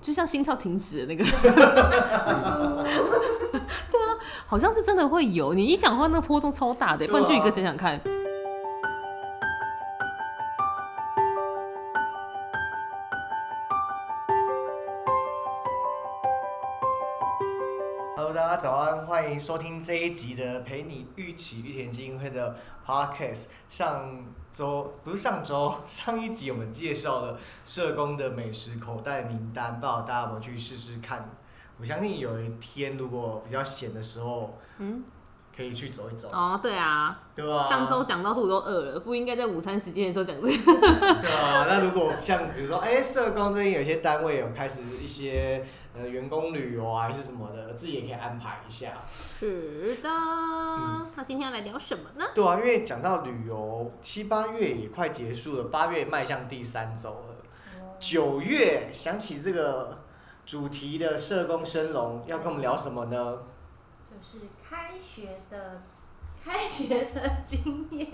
就像心跳停止 的那个， 对啊，好像是真的会有。你一讲话，那个波动超大的，对啊不然就一个想想看。 Hello，大家早安，欢迎收听这一集的《陪你一起玉田基金会》的 Podcast。上周不是上周， 上一集我们介绍了社工的美食口袋名单，不知道大家有没有去试试看？我相信有一天如果比较闲的时候，嗯，可以去走一走，哦，对啊，对吧？上周讲到肚子都饿了，不应该在午餐时间的时候讲这 个。对啊， 那如果像比如说，哎、社工最近有些单位有开始一些呃员工旅游啊，还是什么的，自己也可以安排一下。是的，那今天要来聊什么呢？对啊，因为讲到旅游，七八月也快结束了，八月迈向第三周了，哦九月想起这个主题的社工升龙，要跟我们聊什么呢？就是开学的 开学的经验，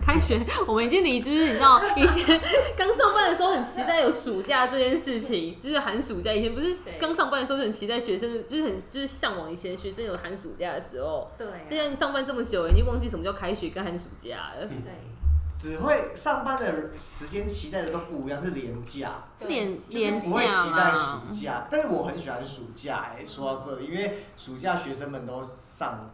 开学，我们已经离就是你知道以前刚上班的时候很期待有暑假这件事情，就是寒暑假。以前不是对刚上班的时候就很期待学生，就是很就是向往以前学生有寒暑假的时候。对、啊现在上班这么久，已经忘记什么叫开学跟寒暑假了。对，只会上班的时间期待的都不一样，是廉价，这点就是廉不会价期待啦暑，假。但是我很喜欢暑假、哎，说到这里，因为暑假学生们都上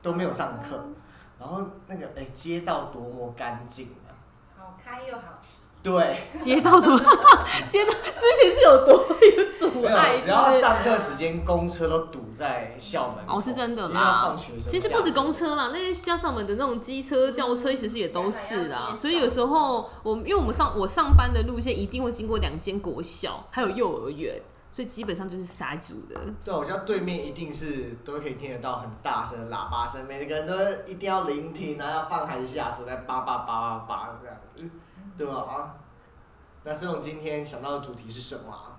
都没有上课，嗯然后那个哎、街道多么干净啊！好开又好骑，对，街道怎么 街道之前是有多有阻没有碍？，只要是不是上课时间，公车都堵在校门口。哦是真的啦因为要放学生下车。其实不止公车啦，那些家长们的那种机车、轿车，其实也都是啊。所以有时候我们，因为我们上我上班的路线一定会经过两间国小，还有幼儿园，所以基本上就是塞住的。对啊，我家对面一定是都可以听得到很大声的喇叭声，每个人都一定要聆听，然后要放寒假时在叭叭叭叭叭这样，嗯对吧？啊，那沈总今天想到的主题是什么啊？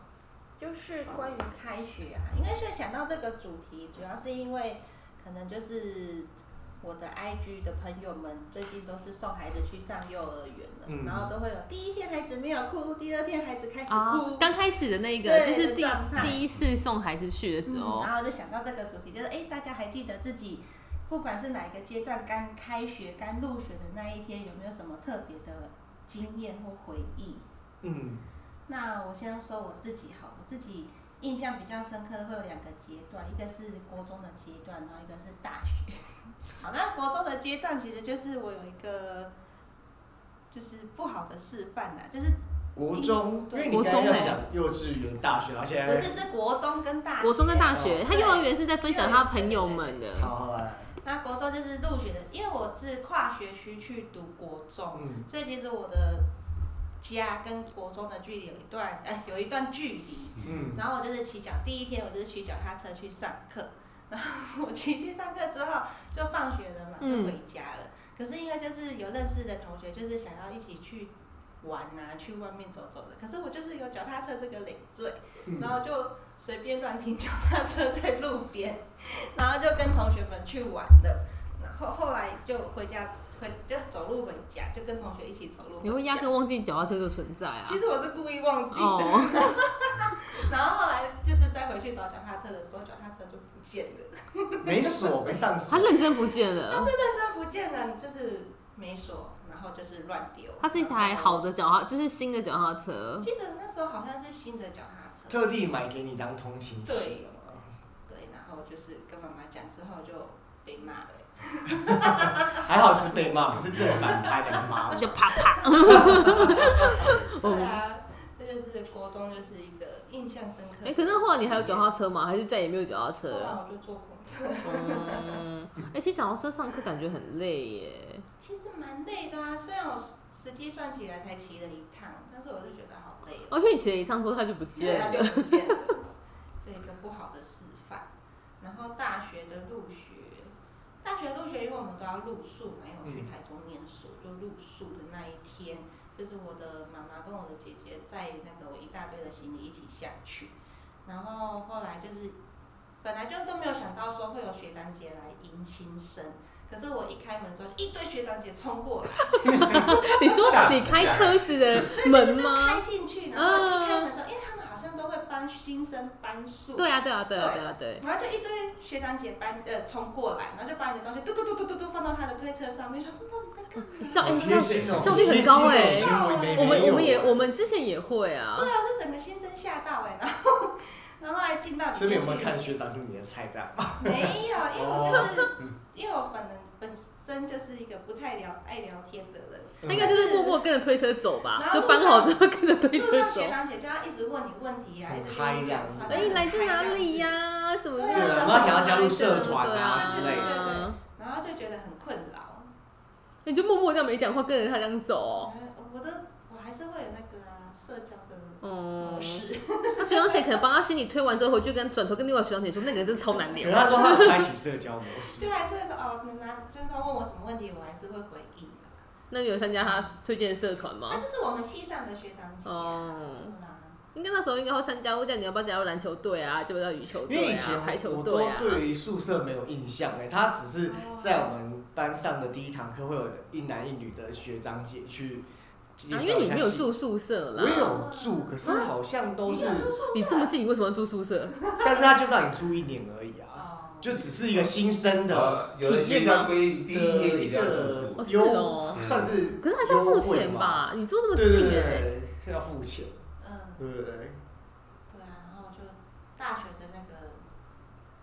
就是关于开学啊，应该是想到这个主题，主要是因为可能就是我的 IG 的朋友们最近都是送孩子去上幼儿园了，嗯然后都会有第一天孩子没有哭，第二天孩子开始哭，啊，刚开始的那个对就是第的状态第一次送孩子去的时哦候嗯，然后就想到这个主题，就是哎，诶大家还记得自己不管是哪一个阶段，刚开学、刚入学的那一天，有没有什么特别的经验或回忆？嗯，那我先说我自己好了，我自己印象比较深刻会有两个阶段，一个是国中的阶段，然后一个是大学。 好，那国中的阶段其实就是我有一个就是不好的示范啦，就是国中，因对为你国刚中刚要欸讲幼稚园、大学，然后现不在是是国中跟大学国中跟大学，对他幼儿园是在分享他朋友们的。好好来，那国中就是入学的，因为我是跨学区去读国中，嗯，所以其实我的家跟国中的距离有一段呃有一段距离。嗯，然后我就是骑脚，第一天我就是骑脚踏车去上课，然后我骑去上课之后就放学了嘛，嗯就回家了。可是因为就是有认识的同学，就是想要一起去玩啊，去外面走走的。可是我就是有脚踏车这个累赘，嗯然后就随便乱停脚踏车在路边，然后就跟同学们去玩了。然后后来就回家，回就走路回家，就跟同学一起走路回家。你会压根忘记脚踏车的存在啊？其实我是故意忘记的。哦，然后后来就是再回去找脚踏车的时候，脚踏车就不见了，没锁，没上他锁，认真不见了。真的不见了，就是没锁，然后就是乱丢。它是一台好的脚踏，就是新的脚踏我车。记得那时候好像是新的脚踏车，特地买给你当通勤骑对的嘛。对，然后就是跟妈妈讲之后就被骂了。还好是被骂，不是正反拍的骂那。就啪 啪。对哦，啊，这就是国中就是一个印象深刻。哎、可是后来你还有脚踏车吗？还是再也没有脚踏车哦后来了？我就坐公车，嗯，哎、其实脚踏车上课感觉很累耶。其实蛮累的啊，虽然我实际算起来才骑了一趟，但是我就觉得好累哦。而且你骑了一趟之后，它就不对见啊，了。就不见了，这一个不好的示范。然后大学的入学，大学入学，因为我们都要露宿嘛，因为我嗯去台中念书，就露宿的那一天，就是我的妈妈跟我的姐姐在那个我一大堆的行李一起下去，然后后来就是本来就都没有想到说会有学长姐来迎新生。可是我一开门之后，一堆学长姐冲过来，你说你开车子的门就吗？开进去，然后一开门之后，因为他们好像都会帮新生搬宿，对啊，对啊，对啊，对啊，对，然后就一堆学长姐搬呃冲过来，然后就把你的东西嘟嘟嘟嘟嘟嘟放到他的推车上面，想说嗯到底在干嘛？效哎贴效心哦效率很高哎贴心哦以前我没我们没有我们也我们之前也会啊对，啊，我就整个新生吓到哎、然后 然后还进到里顺便面有没有去，看学长是你的菜这样？没有，因为哦我就是、因为我本人本身就是一个不太聊爱聊天的 人，那应该就是默默跟着推车走吧，然后就搬好之后跟着推路车上走学。长姐就要一直问你问题啊，很一直嗨跟你这样讲话，子哎，你来自哪里、呀？什么的？对啊然然后后想要加入社团啊之类的对对的。然后就觉得很困扰。你就默默这样没讲话，跟着他这样走我我的我还是会有那个啊社交的哦。哦模，式，那学长姐可能帮他心里推完之后，回去跟转头跟另外学长姐说，那个人真的超难可聊是。他说他有开启啊社交模式，就还是会说哦，那那就是他问我什么问题，我还是会回应的。那你有参加他推荐的社团他吗？就是我们系上的学长姐、啊，哦对啊。应该那时候应该会参加，我讲你要不要加入篮球队啊，要不要羽球因为队以啊前，排球我都队啊？对于宿舍没有印象哎、他只是在我们班上的第一堂课会有一男一女的学长姐去介啊，因绍为一你下没有系。住宿舍我啦，有住，可是好像都是，你这么近，你为什么要住宿舍？但是他就让你住一年而已啊，哦，就只是一个新生啊的呃有的学校规定第一的年一级要住个宿，哦是优哦，算是可是还是要付钱吧？你住那么近对哎、对对，要付钱，嗯，对不对？对啊，然后就大学的那个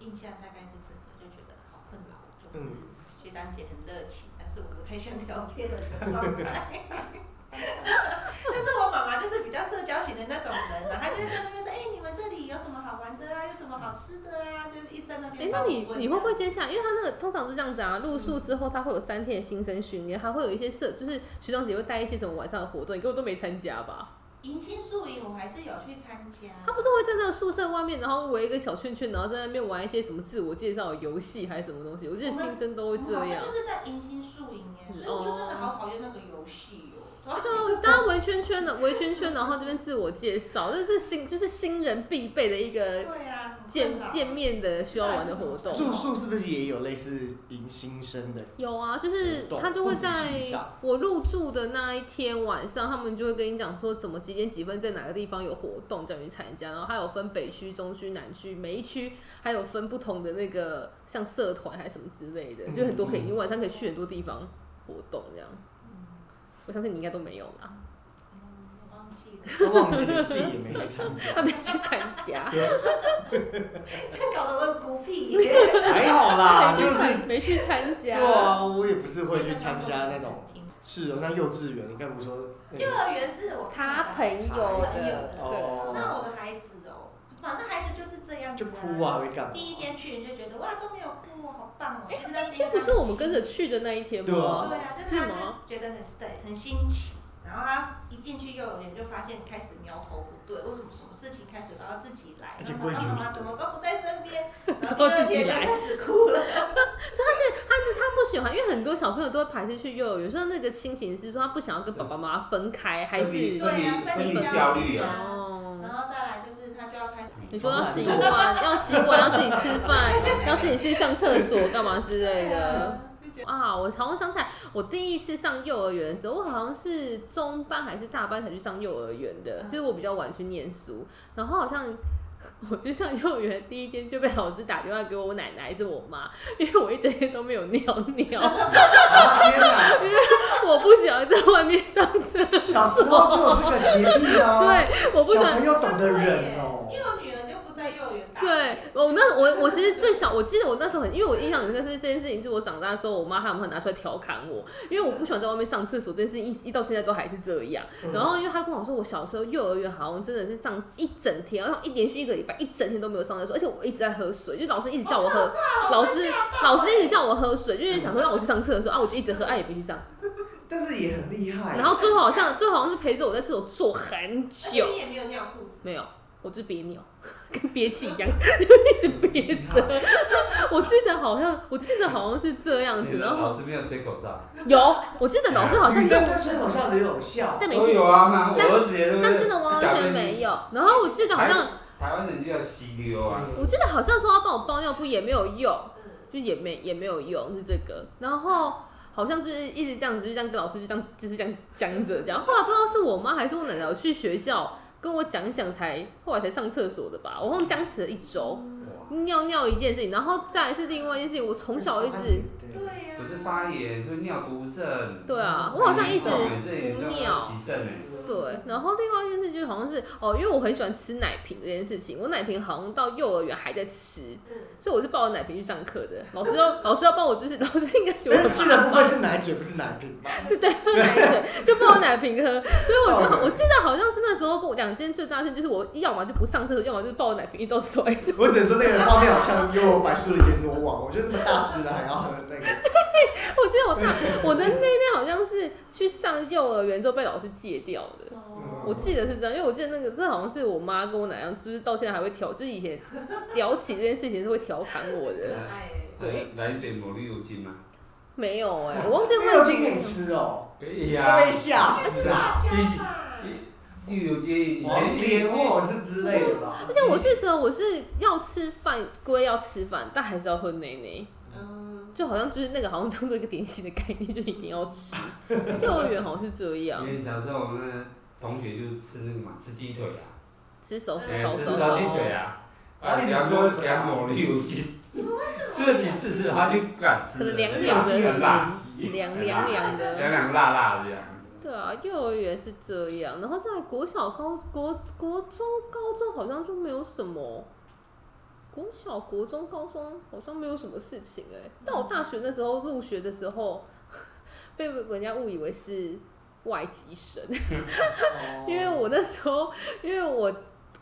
印象大概是这个，就觉得好困扰，就是嗯学长姐很热情，但是我不太想聊天的状态。 但是我妈妈就是比较社交型的那种人啊，她就会在那边说：“哎、你们这里有什么好玩的啊？有什么好吃的啊？”就是一直在那哎、边那帮我问啊。你你会不会接下来？因为他那个通常是这样子啊，入宿之后他会有三天的新生训练，还会有一些社，就是学长姐会带一些什么晚上的活动，你根本都没参加吧？迎新宿营？我还是有去参加。他不是会在那个宿舍外面，然后围一个小圈圈，然后在那边玩一些什么自我介绍的游戏还是什么东西？我记得新生都会这我好样像就，是在迎新宿营耶，所以我就真的好讨厌那个游戏哦。就大家围圈圈的围圈圈，然后这边自我介绍，这是新就是新人必备的一个 对啊，很见困扰见面的需要玩的活动。住宿是不是也有类似迎新生 的？有啊，就是活动他就会不止在欣赏我入住的那一天晚上，他们就会跟你讲说怎么几点几分在哪个地方有活动，叫你参加。然后还有分北区、中区、南区，每一区还有分不同的那个像社团还是什么之类嗯的，就很多可以，你晚上可以去很多地方活动这样。我相信你应该都没有啦，嗯我忘记了。 都忘记了，自己也没去参加。他没去参 加，搞得我很孤僻耶。还好啦， 没啊去就是参没去参对加。啊，我也不是 会去参加那 种。。是哦，那幼稚园你该不说那幼个儿园是我啊他朋友的，哦，那我的孩子哦，反正孩子就是这样子、就哭啊，。会干嘛？第一天去你就觉得哇都没有哭，好棒哦。哎那天不是我们跟着去的那一天对吗啊？对啊，就是是他吗？就觉得很对，很新奇。然后他一进去幼儿园就发现开始苗头不对，为什么什么事情开始都要自己来？而且然后规爸矩爸妈不对妈怎么都不在身 边，然后都第自二己天就来开始哭了。所以他是他是他不喜欢，因为很多小朋友都会排斥去幼儿园，所以那个心情是说他不想要跟爸爸妈妈分开，还是分离对啊分离分离焦虑啊，哦？然后再来就是他就要开始。你说要洗碗，要洗碗，要自己吃饭，要自己去上厕所，干嘛之类的。啊就觉得啊，我好像想起来，我第一次上幼儿园的时候，我好像是中班还是大班才去上幼儿园的，嗯就是我比较晚去念书，然后好像我去上幼儿园第一天就被老师打电话给我奶奶还是我妈，因为我一整天都没有尿尿，啊天哪， 我不喜欢在外面上 厕所，小时候就有这个洁癖啊。， 对，我不喜小欢朋。友懂得忍哦因。为我女儿就不在幼儿园打。对，我那我我其实最小，我记得我那时候很，因为我印象很深刻是这件事情，就是我长大之后，我妈他们会拿出来调侃我，因为我不喜欢在外面上厕所，这件事情一一到现在都还是这样。嗯然后因为他跟我说，我小时候幼儿园好像真的是上一整天，然后一连续一个礼拜一整天都没有上厕所，而且我一直在喝水，就老师一直叫我 喝，老师老师一直叫我喝水，就是想说让我去上厕所啊，我就一直喝，啊也必须上。但是也很厉害。然后最后好像最后好像是陪着我在厕所坐很而且久，你也没有尿裤子。没有，我就是憋尿， 跟憋气一样，就一直憋着。我记得好像，我记得好像是这样子，你的然后老师没有吹口哨，有，我记得老师好像女跟生我，跟吹口哨的也有效，但没都事，有啊，妈我但儿子也都但真的完全没有。然后我记得好像，台湾人就叫吸溜啊，我记得好像说要帮我包尿布也没有用，嗯，就也没也没有用是这个，然后。好像就是一直这样子，就这样跟老师就这样就是这样僵着这样。后来不知道是我妈还是我奶奶，我去学校跟我讲一讲才后来才上厕所的吧，我好像僵持了一周，嗯哇尿尿一件事情，然后再来是另外一件事情，我从小一直对，啊对呀、可是发炎是不是尿毒症，对啊，嗯我好像一直不不尿。洗肾哎，对，然后另外一件事就好像是哦，因为我很喜欢吃奶瓶这件事情，我奶瓶好像到幼儿园还在吃，所以我是抱着奶瓶去上课的。老师要老师要帮我， 就是老师应该觉得我但很是吃的麻部烦，分是奶嘴，不是奶瓶吧？是对喝奶水，就抱着奶瓶喝。所以我就好抱着我记得好像是那时候跟我两件最大的事就是我要么就不上厕所，要么就是抱着奶瓶一直到手一直。我只能说那个画面好像有白素的阎罗王，我觉得那么大只的还要喝那个，我记得我大我的那天好像是去上幼儿园之后被老师戒掉的。嗯我嗯记得是这样，因为我记得那个，这好像是我妈跟我奶一样，就是到现在还会调，就是以前聊起这件事情是会调侃我可的。爱、欸，对来来一卷抹绿油精吗？没有 哎、我忘记那问个精可以吃哦，可以会被吓死啊！大一家吧，绿油精以黄前连或者是之类的吧而。且我记得我是要吃饭归要吃饭，但还是要喝奶奶，嗯，就好像就是那个好像当做一个点心的概念，就一定要吃。幼儿园好像是这因样，为小时候我们的同学就吃那个嘛，吃鸡腿啊，吃少少哎少吃少烧少鸡。腿啊，啊啊，你两是锅吃两抹绿油精，吃了几次是他就不敢吃可了，能凉因为凉它的是很辣，凉凉凉凉的。凉辣辣的这样。对啊，幼儿园是这样，然后在国小、高、国、国中、高中好像就没有什么。国小、国中、高中好像没有什么事情哎、到我大学那时候入学的时候， 被人家误以为是外籍生， 因为我那时候，因为我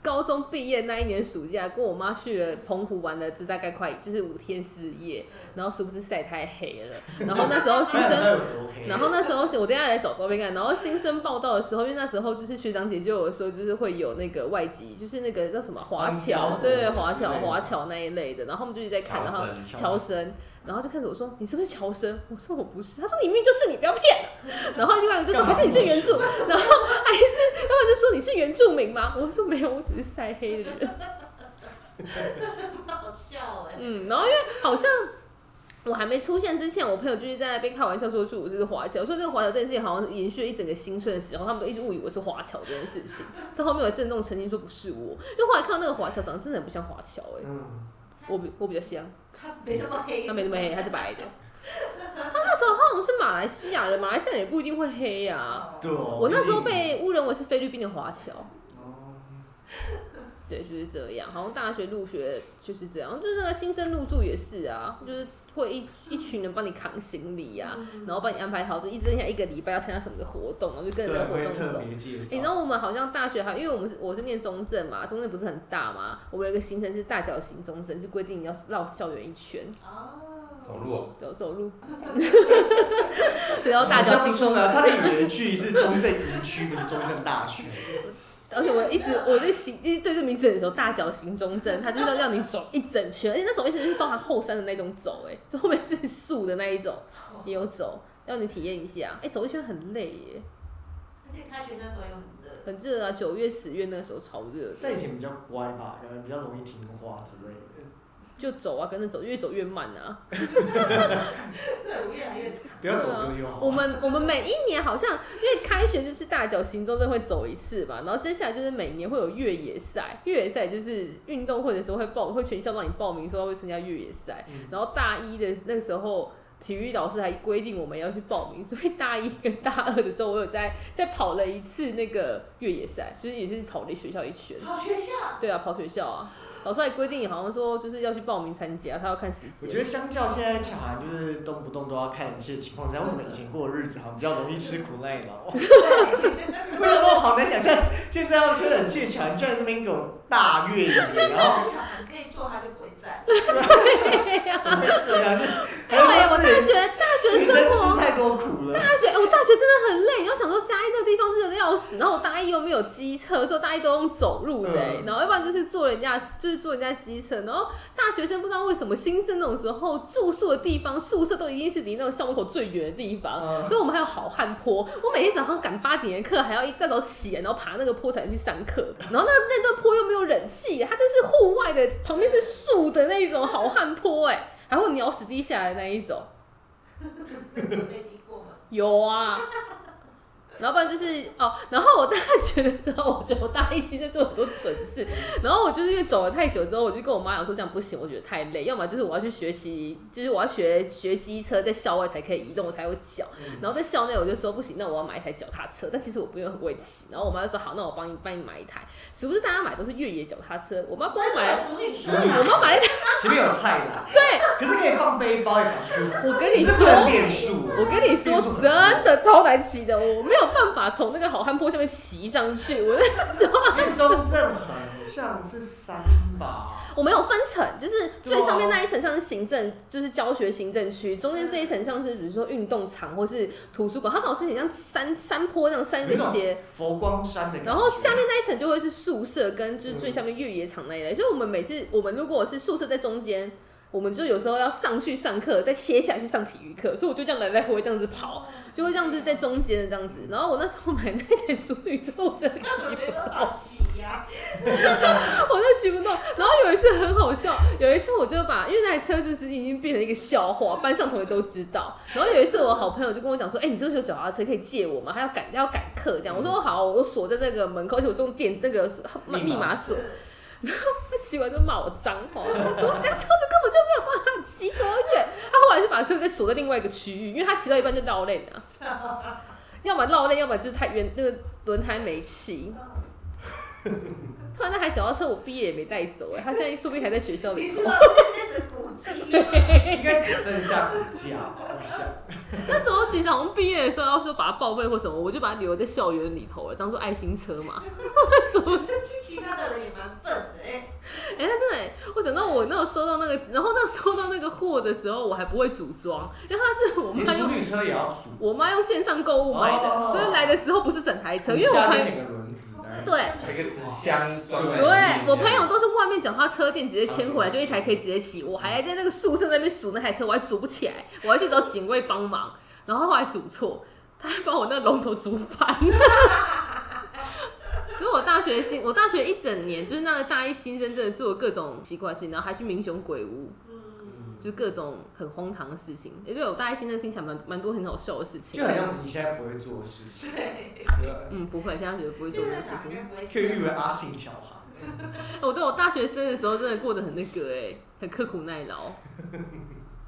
高中毕业那一年暑假，跟我妈去了澎湖玩了，就大概快就是五天四夜，然后殊不知晒太黑了，然后那时候新生然后那时候是我等一下来找照片看，然后新生报道的时候，因为那时候就是学长姐就有说，就是会有那个外籍，就是那个叫什么华哦华侨侨，对华之类侨的华侨那一类的，然后他们就一直在看，然后生乔生，然后就看着我说：“你是不是乔生？”我说：“我不是。”他说：“你明明就是，你不要骗了。”然后另外一个就说：“干嘛还是你是原住？”然后还是他们就说：“你是原住民吗？”我说：“没有，我只是晒黑的人。很好笑哎、”欸，嗯，然后因为好像。我还没出现之前，我朋友就是在那边开玩笑说，就我是华侨，说这个华侨这件事情好像延续了一整个新生的时候，他们都一直误以为是华侨这件事情。到后面我郑重澄清说不是我，因为后来看到那个华侨长得真的很不像华侨 哎，嗯，我比我比较像。他没那么黑，他没那么黑，他是白的。他那时候好像是马来西亚人，马来西亚人也不一定会黑呀、啊。哦对哦。我那时候被误认为是菲律宾的华侨，哦，对，就是这样。好像大学入学就是这样，就是那个新生入住也是啊，就是会一一群人帮你扛行李呀、然后帮你安排好，就一直下一个礼拜要参加什么的活动，然啊后就跟着对，那个活会动特走。别介绍。你知道我们好像大学还，因为我们是我是念中正嘛，中正不是很大嘛，我们有一个行程是大脚行中正，就规定你要绕校园一圈，走哦，路哦，走走路， 然后大脚行说中呢，差点以为去是中正营区，不是中正大学。而且我一直我在行一直对这名字很熟，大脚行中正，它就是要让你走一整圈，而且那种一直就是包含后山的那种走、哎，就后面是树的那一种也有走， 让你体验一下。哎、走一圈很累耶，而且开学那时候又很热，很热啊，九月十月那时候超热的，但以前比较乖吧，可能比较容易听话之类的。就走啊，跟着走，越走越慢啊。 对，我越来越长，不要走丢丢好我了。们我们每一年好像因为开学就是大脚行中正会走一次嘛，然后接下来就是每年会有越野赛，越野赛就是运动会的时候会报会全校让你报名说会参加越野赛。嗯然后大一的那时候，体育老师还规定我们要去报名，所以大一跟大二的时候，我有在在跑了一次那个越野赛， 就是也是跑了学校一圈。好学校，对啊，跑学校啊，老师还规定好像说就是要去报名参加，他要看时我觉间。得相较现在小孩就是动不动都要看一些情况之下，为什么以前过的日子好像比较容易吃苦耐 劳？为什么我好难想象现在他们觉得很怯场，你居然在那边给我大越野，然后小孩可以坐，他就不会 站，对呀、怎么会这样？是还对， 我有大自己学大学你真生吃活。太多苦了。大学，哎我大学真的很累。你要想说嘉义那个地方真的要死，然后我大一又没有机车，所以我大一都用走路的、哎嗯然后要不然就是坐人家，就是坐人家机车。然后大学生不知道为什么新生那种时候住宿的地方，宿舍都一定是离那个校门口最远的地方，嗯所以我们还有好汉坡。我每天早上赶八点的课，还要一大早起来，然后爬那个坡才能去上课。然后那那段坡又没有冷气，它就是户外的，旁边是树的那一种好汉坡、哎，还会鸟屎滴下来的那一种。 没理过吗？有啊。然后不然就是哦，然后我大学的时候，我觉得我大一期在做很多蠢事，然后我就是因为走了太久之后，我就跟我妈讲说这样不行，我觉得太累，要么就是我要去学习，就是我要学学机车，在校外才可以移动，我才有嗯脚，然后在校内我就说不行，那我要买一台脚踏车，但其实我不用很会骑，然后我妈就说好，那我帮你帮你买一台，殊不知大家买都是越野脚踏车，我妈帮我买了，熟女车是我妈买了一台，前面有菜啦，对，可是可以放背包也很舒服，我跟只你是不说。能变速。我跟你说，真的超难骑的，我没有办法从那个好汉坡下面骑上去。我因为中正好像是三吧，我们有分层，就是对啊最上面那一层像是行政，就是教学行政区，中间这一层像是比如说运动场或是图书馆，它搞是很像山山坡那样三个斜，佛光山的感觉。然后下面那一层就会是宿舍跟就是嗯最下面越野场那一类。所以我们每次我们如果是宿舍在中间。我们就有时候要上去上课，再切下去上体育课，所以我就这样来来回回这样子跑，就会这样子在中间这样子。然后我那时候买那台 淑女之后，我真的骑根本不没办到。法 骑呀，我就骑不动。然后有一次很好笑，有一次我就把，因为那台车就是已经变成一个笑话，班上同学都知道。然后有一次我好朋友就跟我讲说：“哎、你这是有脚踏车可以借我吗？还要赶要赶课这样。”我说：“好，我锁在那个门口，而且我哎是用电那个密码密码锁锁。” 他骑完就骂我脏话，他说：“哎那车子根本就没有办法骑多远。”他后来是把车再锁在另外一个区域，因为他骑到一半就绕链了、要么绕链，要么就是太原那个轮胎没气。突然那台脚踏车我毕业也没带走哎、他现在说不定还在学校里你头。知道那边的古迹，应该只剩下骨架吧，我想。那时候其实好像毕业的时候要说把它报废或什么，我就把它留在校园里头了，当做爱心车嘛。 其他的人也蛮笨的哎，哎、那真的、欸，我想到我那时候收到那个，然后那时候收到那个货的时候，我还不会组装，因为它是我连妈淑用女车也要组，我妈用线上购物买的，哦所以来的时候不是整台车，因为我下朋面友。两个轮子的。对有一个纸箱装在里面。对我朋友都是外面脚踏车店直接牵啊回来，就一台可以直接骑。我还在那个宿舍那边数那台车，我还数不起来，我还去找警卫帮忙，然后后来数错，他还把我那龙头煮反了。 所以我大学新，我大学一整年就是那个大一新生，真的做了各种奇怪的事情，然后还去民雄鬼屋，嗯，就各种很荒唐的事情。也对我大一新生听起来蛮蛮多很好笑的事情嗯就，很像你现在不会做的事情，对，对，嗯，不会，现在觉得不会做就这在种事哪情。边不会可以誉为阿信乔哈。嗯我对我大学生的时候真的过得很那个哎、很刻苦耐劳。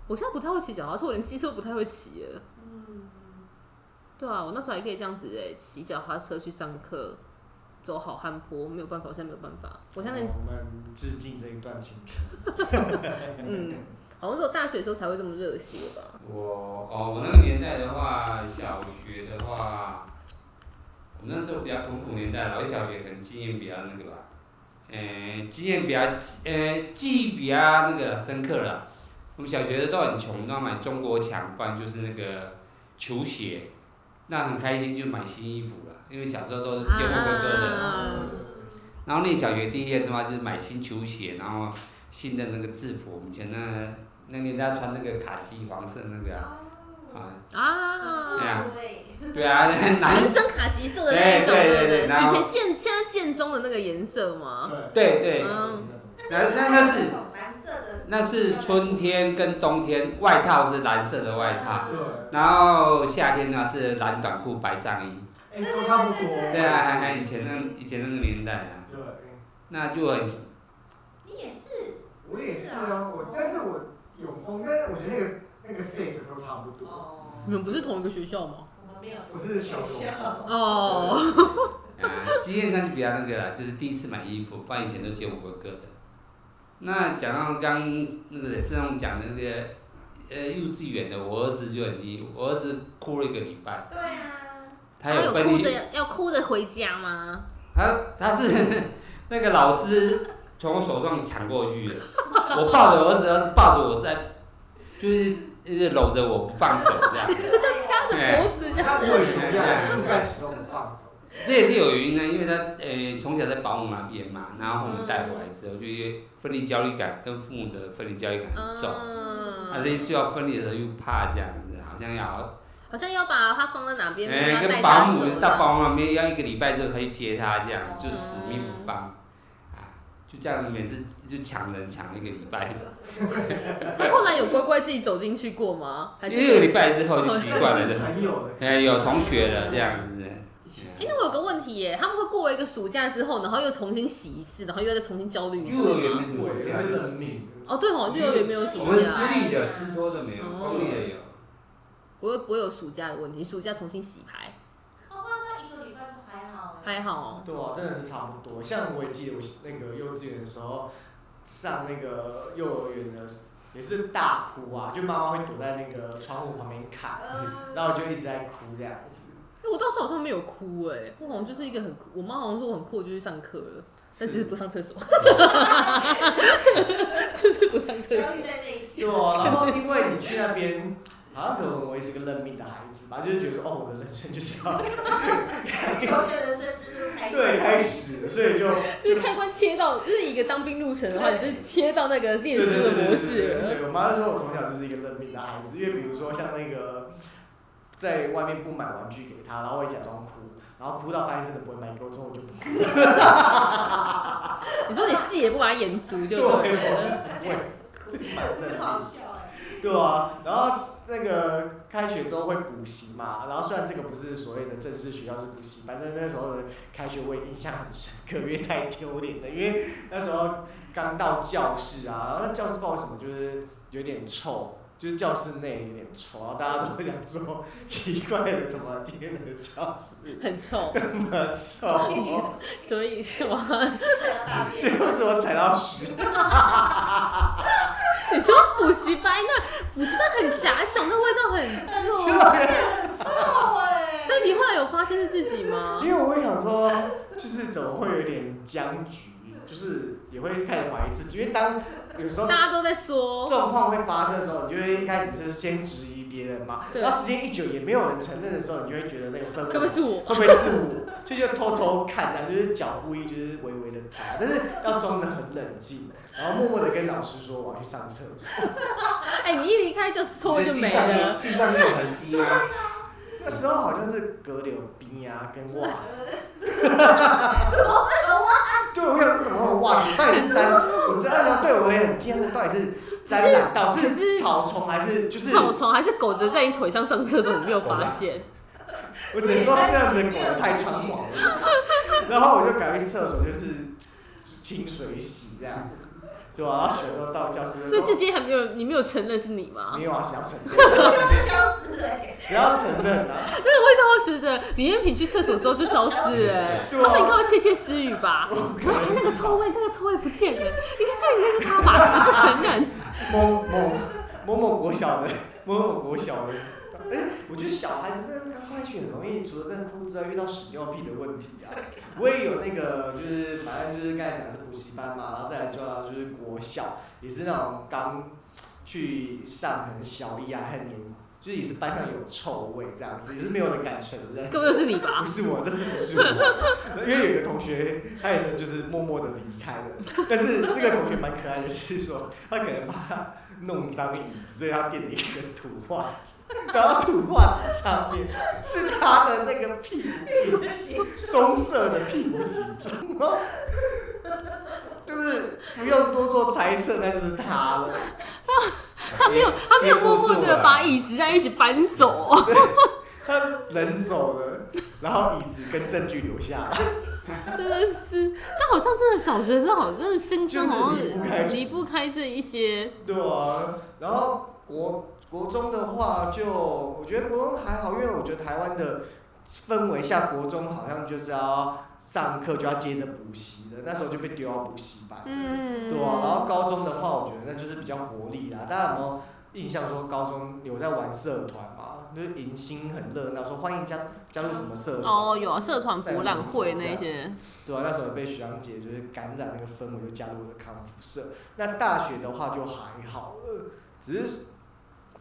我现在不太会骑脚踏车，我连机车都不太会骑了。嗯，对啊，我那时候还可以这样子哎、骑脚踏车去上课，走好汉坡，没有办法，我现在没有办法。我现在哦我们致敬这一段青春。 嗯，好像只有大学的时候才会这么热血吧。我哦，我那个年代的话，小学的话，我们那时候比较苦苦年代了，我小学可能经验比较那个吧，诶、经验比较呃记忆比较那个深刻了。我们小学都很穷，都要买中国强，不然就是那个球鞋，那很开心就买新衣服了，因为小时候都是见过哥哥的。哦啊，然后念小学第一天的话，就是买新球鞋，然后新的那个制服。我们以前那那年代穿那个卡其黄色那个啊，啊啊对啊对，对啊， 男全身卡其色的那一种，对对对对不对然以后前建现在建中的那个颜色吗？对，对对，啊嗯那那那是种蓝色的，那是春天跟冬天，外套是蓝色的外套，对，然后夏天呢是蓝短裤白上衣。哎，都差不多。对啊，还还以前那以前那个年代啊，对，那就很你也是我也是啊，我但是我永丰，但是我觉得那个那个 set 都差不多。哦，你们不是同一个学校吗？我们没有，我是小龙哦，啊，经验上就比较那个了，就是第一次买衣服，不然以前都借我哥哥的。那讲到刚那个身上讲的那个呃幼稚园的，我儿子就很低，我儿子哭了一个礼拜，对啊，他然后有分哭离，着要哭着回家吗？他他是 那个老师从我手上抢过去的，我抱着我儿子，儿子抱着我在，就是一直搂着我不放手这样。这叫 掐哎着脖子这样。他不会怎么 样，树干始终不放手。这也是有原因的，因为他呃从小在保姆那边嘛，然后我们带回来之后，就是分离焦虑感跟父母的分离焦虑感很重，嗯，他这一次要分离的时候又怕这样子，好像要好像要把它放在哪边，哎、让它带跟保它姆走到了。保姆那边要一个礼拜之后才去接他，这样就死命哦不放，啊，就这样每次就抢人抢了一个礼拜，他后来有乖乖自己走进去过吗？还一个是哦礼拜之后就习惯了是的，朋友的，哎、有同学了这样子，哎、那我有个问题耶，他们会过了一个暑假之后，然后又重新洗一次，然后又再重新焦虑一幼次儿园吗没？什么暑假会冷你。哦，对哦，幼儿园没有暑我们假，私立的、私托的没有，啊哦公立的有。不会不会有暑假的问题，暑假重新洗牌，包括那一个礼拜就还好哎、还好哦。对啊，真的是差不多。像我也记得我那个幼稚园的时候，上那个幼儿园的也是大哭啊，就妈妈会躲在那个窗户旁边看，呃，然后我就一直在哭这样子。哎我到时候好像没有哭哎，我好像就是一个很酷，我妈好像说我很酷，我就去上课了，但只是不上厕所， 哦就是不上厕所。焦虑在内心。对啊，然后因为你去那边， 好像可能我也是个认命的孩子吧，就是觉得说哦，我的人生就是要求学人生之路开始。对开始了，所以就就是开关切到，就是一个当兵入城的话，你就切到那个念对书对对的对模式对对了。对，我妈就说我从小就是一个认命的孩子，因为比如说像那个在外面不买玩具给她，然后我也假装哭，然后哭到发现真的不会买给我之后，我就不哭了。你说你戏也不把它演足就对，对了。我不会，这个蛮认很命。好笑哎、 对啊，然后那个开学之后会补习嘛，然后虽然这个不是所谓的正式学校是补习班，但那时候的开学我也印象很深刻，因为太丢脸了，因为那时候刚到教室啊，然后那教室不知道为什么就是有点臭。就是教室内有点臭，然后大家都会想说，奇怪了，怎么今天的教室很臭，那么臭？ 所以干嘛？这样大便最后是我踩到屎， 你说补习班那补习班很狭小，那味道很结 重。果很臭哎、 但你后来有发现是自己吗？因为我会想说，就是怎么会有点僵局，就是也会开始怀疑自己，因为当有时候大家都在说，状况会发生的时候，你就会一开始就是先质疑别人嘛，对然后时间一久也没有人承认的时候，你就会觉得那个氛该不围会是我？会不会是我，所以就偷偷看，然后就是脚故意就是微微的抬，但是要装着很冷静，然后默默的跟老师说我要去上厕所，哎，你一离开就座位就没了。地上没有痕迹啊吗？那时候好像是隔流冰啊跟袜 子。对，我想说怎么会有袜子？到底是沾？我真的想，对我也很惊讶，到底是沾染到可是是草丛还是就是？草丛还是狗子在你腿上上厕所，你没有发现？我只能说这样子的狗太猖狂了。然后我就改去厕所，就是清水洗这样子，对啊吧、然后洗完之后到教室所以就至说今还没有，你没有承认是你吗没？有啊，想要承认，笑死哎、只要承认啊，那个味道会随着你烟品去厕所之后就消失了、哎对啊啊他们应该会窃窃私语吧？说哎、那个臭味，那个臭味不见了，应该是应该是他吧，死不承认。某某某某国小的某某国小的。哎、我觉得小孩子真的刚开学很容易，除了真的哭之啊外，遇到屎尿屁的问题啊。我也有那个，就是反正就是刚才讲是补习班嘛，然后再来就要就是国校，也是那种刚去上很小一啊，很年，就是也是班上有臭味这样子，也是没有人敢承认。根本就是你吧不？是我，这是不是我？因为有个同学，他也是就是默默的离开了，但是这个同学蛮可爱的，是说他可能怕弄脏椅子，所以他垫了一个土画纸，然后土画纸上面是他的那个屁股印，棕色的屁股形状， 然后就是不用多做猜测，那就是他了。他没有， 他没有默默的把椅子这样一起搬走，他人走了，然后椅子跟证据留下了，真的是。但好像真的小学生好，真的心中好就是离不开像离不开这一些。对啊，然后国国中的话就，我觉得国中还好，因为我觉得台湾的氛围下，国中好像就是要上课就要接着补习的，那时候就被丢到补习班。嗯，对啊，然后高中的话，我觉得那就是比较活力啦。大家有没有印象说高中有在玩社团嘛？就是迎新很热闹，说欢迎加加入什么社团。哦，有啊，社团博览会那一些，对啊，那时候也被学长姐就是感染那个氛围，就加入了康复社。那大学的话就还好了，只是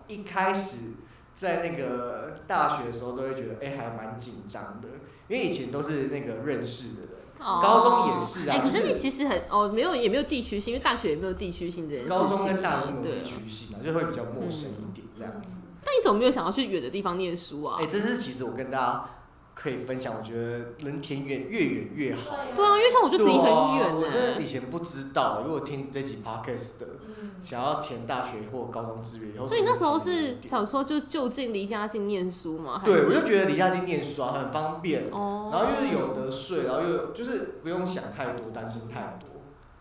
一开始在那个大学的时候都会觉得，哎、还蛮紧张的，因为以前都是那个认识的人，哦高中也是啊哎、可是就你是其实很哦，没有也没有地区性，因为大学也没有地区性这件事情啊。高中跟大学没有对地区性啊，就会比较陌生一点这样子。哎但你怎么没有想要去远的地方念书啊？哎、这是其实我跟大家可以分享，我觉得能填远越远越好。对啊，因为像我就对离很啊远欸我真的呢。以前不知道，如果听这集 podcast 的，嗯，想要填大学或高中志愿以后，所以你那时候可能是填想说就就近离家近念书吗？还对，是我就觉得离家近念书啊很方便，哦，然后又是有得睡，然后又就是不用想太多，担心太多。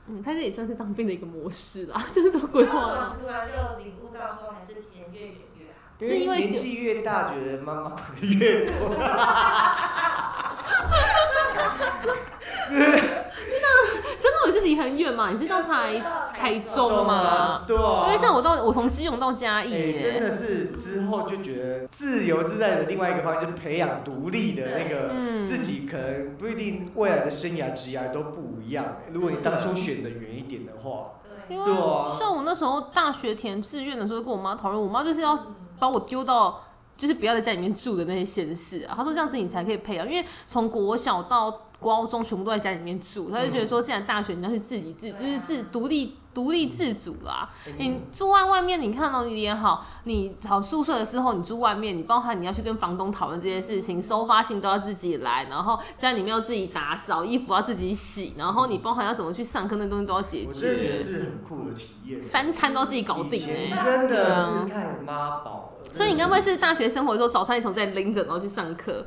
嗯，他这也算是当兵的一个模式啦， 就是都规划了。突然就领悟到说，还是填越远越好。是因为年就纪越大，觉得妈妈管的越多。真的，我是离很远嘛，你是到台台中嘛？啊对啊，因为像我到我从基隆到嘉义欸哎、真耶，的是之后就觉得自由自在的另外一个方面，就是培养独立的那个、嗯，自己，可能不一定未来的生涯、职涯都不一样。如果你当初选的远一点的话，对，因为对啊像我那时候大学填志愿的时候，跟我妈讨论，我妈就是要嗯把我丢到就是不要在家里面住的那些县市啊。她说这样子你才可以培养，因为从国小到高中全部都在家里面住，她就觉得嗯说，既然大学你要去自己自，对啊就是自独立独立自主啦。你嗯，住在外面，你看到你也好，你好宿舍了之后，你住外面，你包含你要去跟房东讨论这些事情，收发信都要自己来，然后家里面要自己打扫，衣服要自己洗，然后你包含要怎么去上课那东西都要解我真的觉得决，是很酷的体验。三餐都要自己搞以定哎、前真的是太妈宝了。所以你该真不会的是是大学生活的时候，早餐的时候再拎着，然后去上课？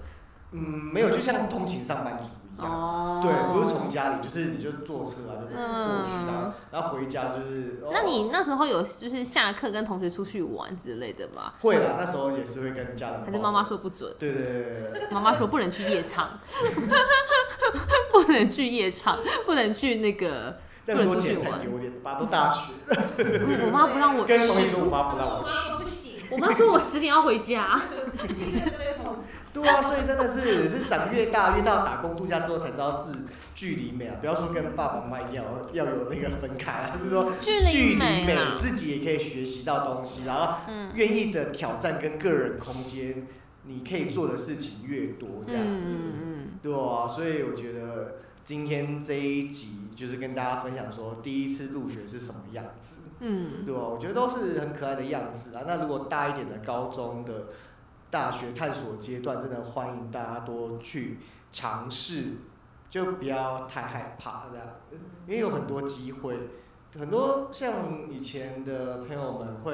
嗯没有，就像通勤上班族一样。哦对，不是从家里，就是你就坐车啊，就过去然后然后回家就是。嗯哦那你那时候有就是下课跟同学出去玩之类的吗？会啦？那时候也是会跟家人。还是妈妈？说不准？对对对对对。妈妈说不能去夜场， 不能去夜场，不能去那个。这样说起来太丢脸，爸都大学， 嗯我妈不让我去跟同学说我妈不让嗯我我妈去。说不行，我妈说我十点要回 家。一直被讽刺对啊，所以真的是也是长越大，越到打工度假之后才知道自距离美啊！不要说跟爸爸妈妈一样要有那个分开啊，就是说距距离离美美啦，，自己也可以学习到东西，然后嗯愿意的挑战跟个人空间，你可以做的事情越多，这样嗯子。嗯对啊，所以我觉得今天这一集就是跟大家分享说第一次入学是什么样子。嗯，对啊，我觉得都是很可爱的样子啊。那如果大一点的高中的大学探索阶段，真的欢迎大家多去尝试，就不要太害怕这样，因为有很多机会，很多像以前的朋友们会。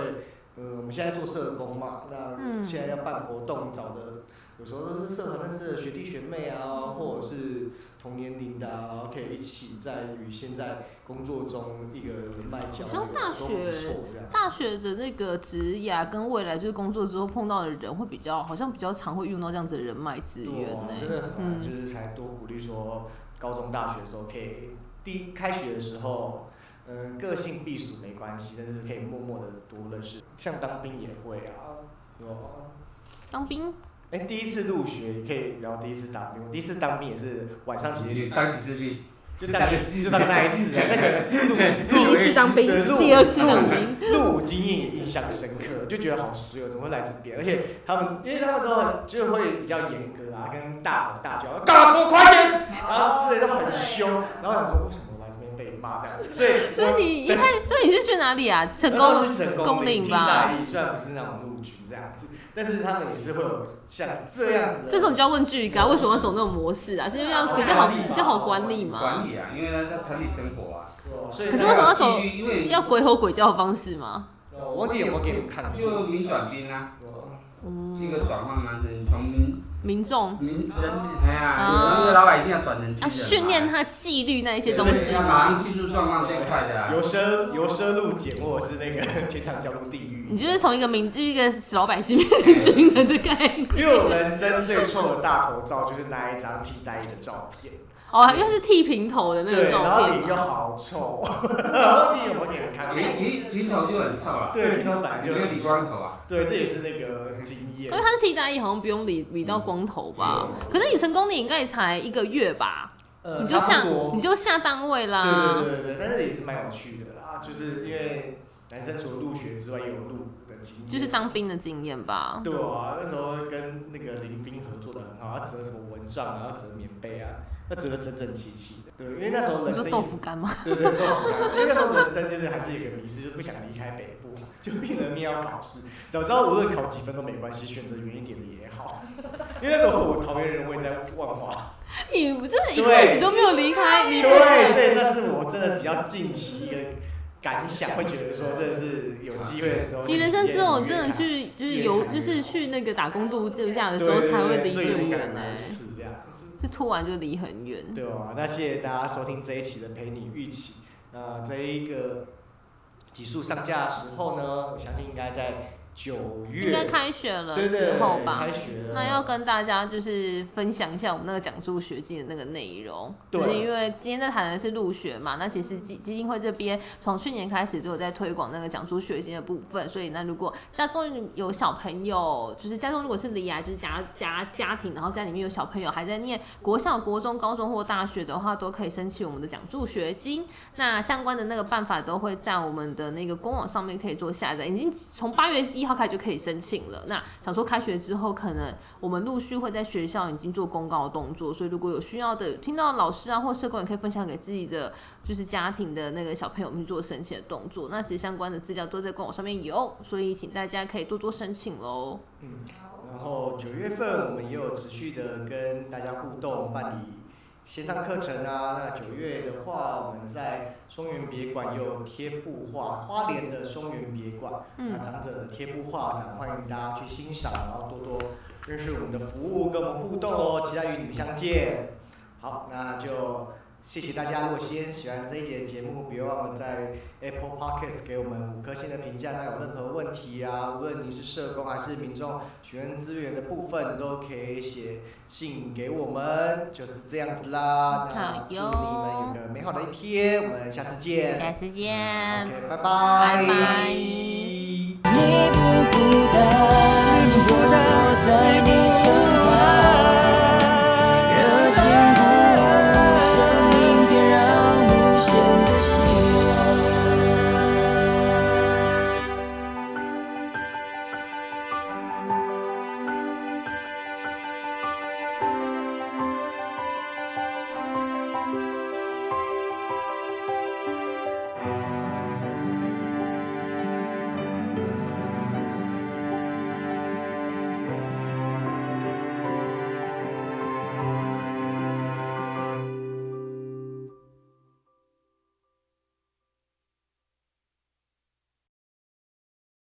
呃，我们现在做社工嘛，那嗯现在要办活动，找的有时候都是社团认识的学弟学妹啊，或者是同年龄的啊，可以一起在与现在工作中一个人脉交流，好像大都不学错这样。大学的那个职涯跟未来就是工作之后碰到的人会比较，好像比较常会用到这样子的人脉资源对啊呢、真的反嗯而就是才多鼓励说，高中、大学的时候可以，第一开学的时候，嗯，个性避暑没关系，但是可以默默的多认识，像当兵也会啊，有啊。当兵哎、第一次入学也可以聊第一次当兵，我第一次当兵也是晚上其实你当几次兵？就就当就当那一 次啊，那个录第一次当兵对，录第二次当兵，兵，入伍经验也印象深刻，就觉得好衰哦，怎么会来这边？而且他们，因为他们都很就会比较严格啊，跟大吼大叫，干嘛给我快点，然后啊之类都很凶，然后我想说为什么我来这边被骂这样子，所以所以你一开，所以你是去哪里啊？成功去成功领岭听吧？大一，虽然不是那种陆军这样子，但是他们也是会有像这样子的，这种你就要问句噶，为什么要走那种模式啊？是因为要比较好管理吧比较好管理嘛管？理啊，因为他在团体生活啊。哦所以可是为什么要走纪律因为要鬼吼鬼叫的方式吗？我忘记有没有给你们看就民转兵啊，一嗯，个转换嘛，是从民民众民人，哎呀，啊从一个老百姓要转成军人嘛啊，训练他纪律那一些东对西他马上进入状况最快的啊。由奢由奢入俭，或者是那个天堂掉入地狱。你就是从一个民，就是一个死老百姓变成军人的概念。因为我人生最臭的大头照就是那一张替代役的照片，哦，因为是剃平头的那个对，然照后片脸又嘛。好臭， 然后你有没有给你们看？云云云头就很臭了， 对，平头本来有就没有很理臭，光头啊？对，这也是那个经因验为。他是替代役，好像不用理理到光头吧？嗯可是你成功，你应该也才一个月吧？呃，你就嗯下差不多你就下单位啦。对对对对，但是也是蛮有趣的啦，就是因为男生除了入学之外，也有入伍的经验，就是当兵的经验吧。对啊，那时候跟那个林斌合作的很好，他折什么蚊帐啊，然后折棉被啊，他折的整整齐齐的。对，因为那时候你人说生豆也腐干吗？对对对，因为那时候人生就是还是有一个迷失，就是不想离开北部，就变得面要考试。早知道无论考几分都没关系，选择远一点的也好。因为那时候我桃园人，我也在万华， 你真的一辈子都没有离开，你对，所以那是我真的比较近期的感想，会觉得说真的是有机会的时候。你人生只有真的去去就是游，就是去那个打工度假的时候才会离这么远哎，死这样子。是突然就离很远。对啊，那谢谢大家收听这一期的陪你预期。呃，这一个集数上架的时候呢，我相信应该在九月，应该开学了对对时候吧开。学了，那要跟大家就是分享一下我们那个讲助学金的那个内容，对就是因为今天在谈的是入学嘛，那其实基基金会这边从去年开始就有在推广那个讲助学金的部分，所以那如果家中有小朋友，就是家中如果是离啊，就是家家家庭，然后家里面有小朋友还在念国校、国中、高中或大学的话，都可以申请我们的讲助学金。那相关的那个办法都会在我们的那个官网上面可以做下载，已经从八月一号开始就可以申请了。那想说开学之后，可能我们陆续会在学校已经做公告的动作，所以如果有需要的，听到老师啊或社工也可以分享给自己的就是家庭的那个小朋友们去做申请的动作。那其实相关的资料都在官网上面有，所以请大家可以多多申请喽。嗯，然后九月份我们也有持续的跟大家互动，办理线上课程啊。那九月的话，我们在松原别馆有贴布画，花莲的松原别馆。那嗯，长者的贴布画展，欢迎大家去欣赏，然后多多认识我们的服务，跟我们互动哦，期待与你们相见。好，那就谢谢大家。如果先喜欢这一节节目，别忘了在 Apple Podcast 给我们五颗星的评价。那有任何问题啊，无论你是社工还是民众学生资源的部分，都可以写信给我们。就是这样子啦。那好祝你哟们有个美好的一天，我们下次见。下次见。 OK，拜拜。拜拜你不孤单。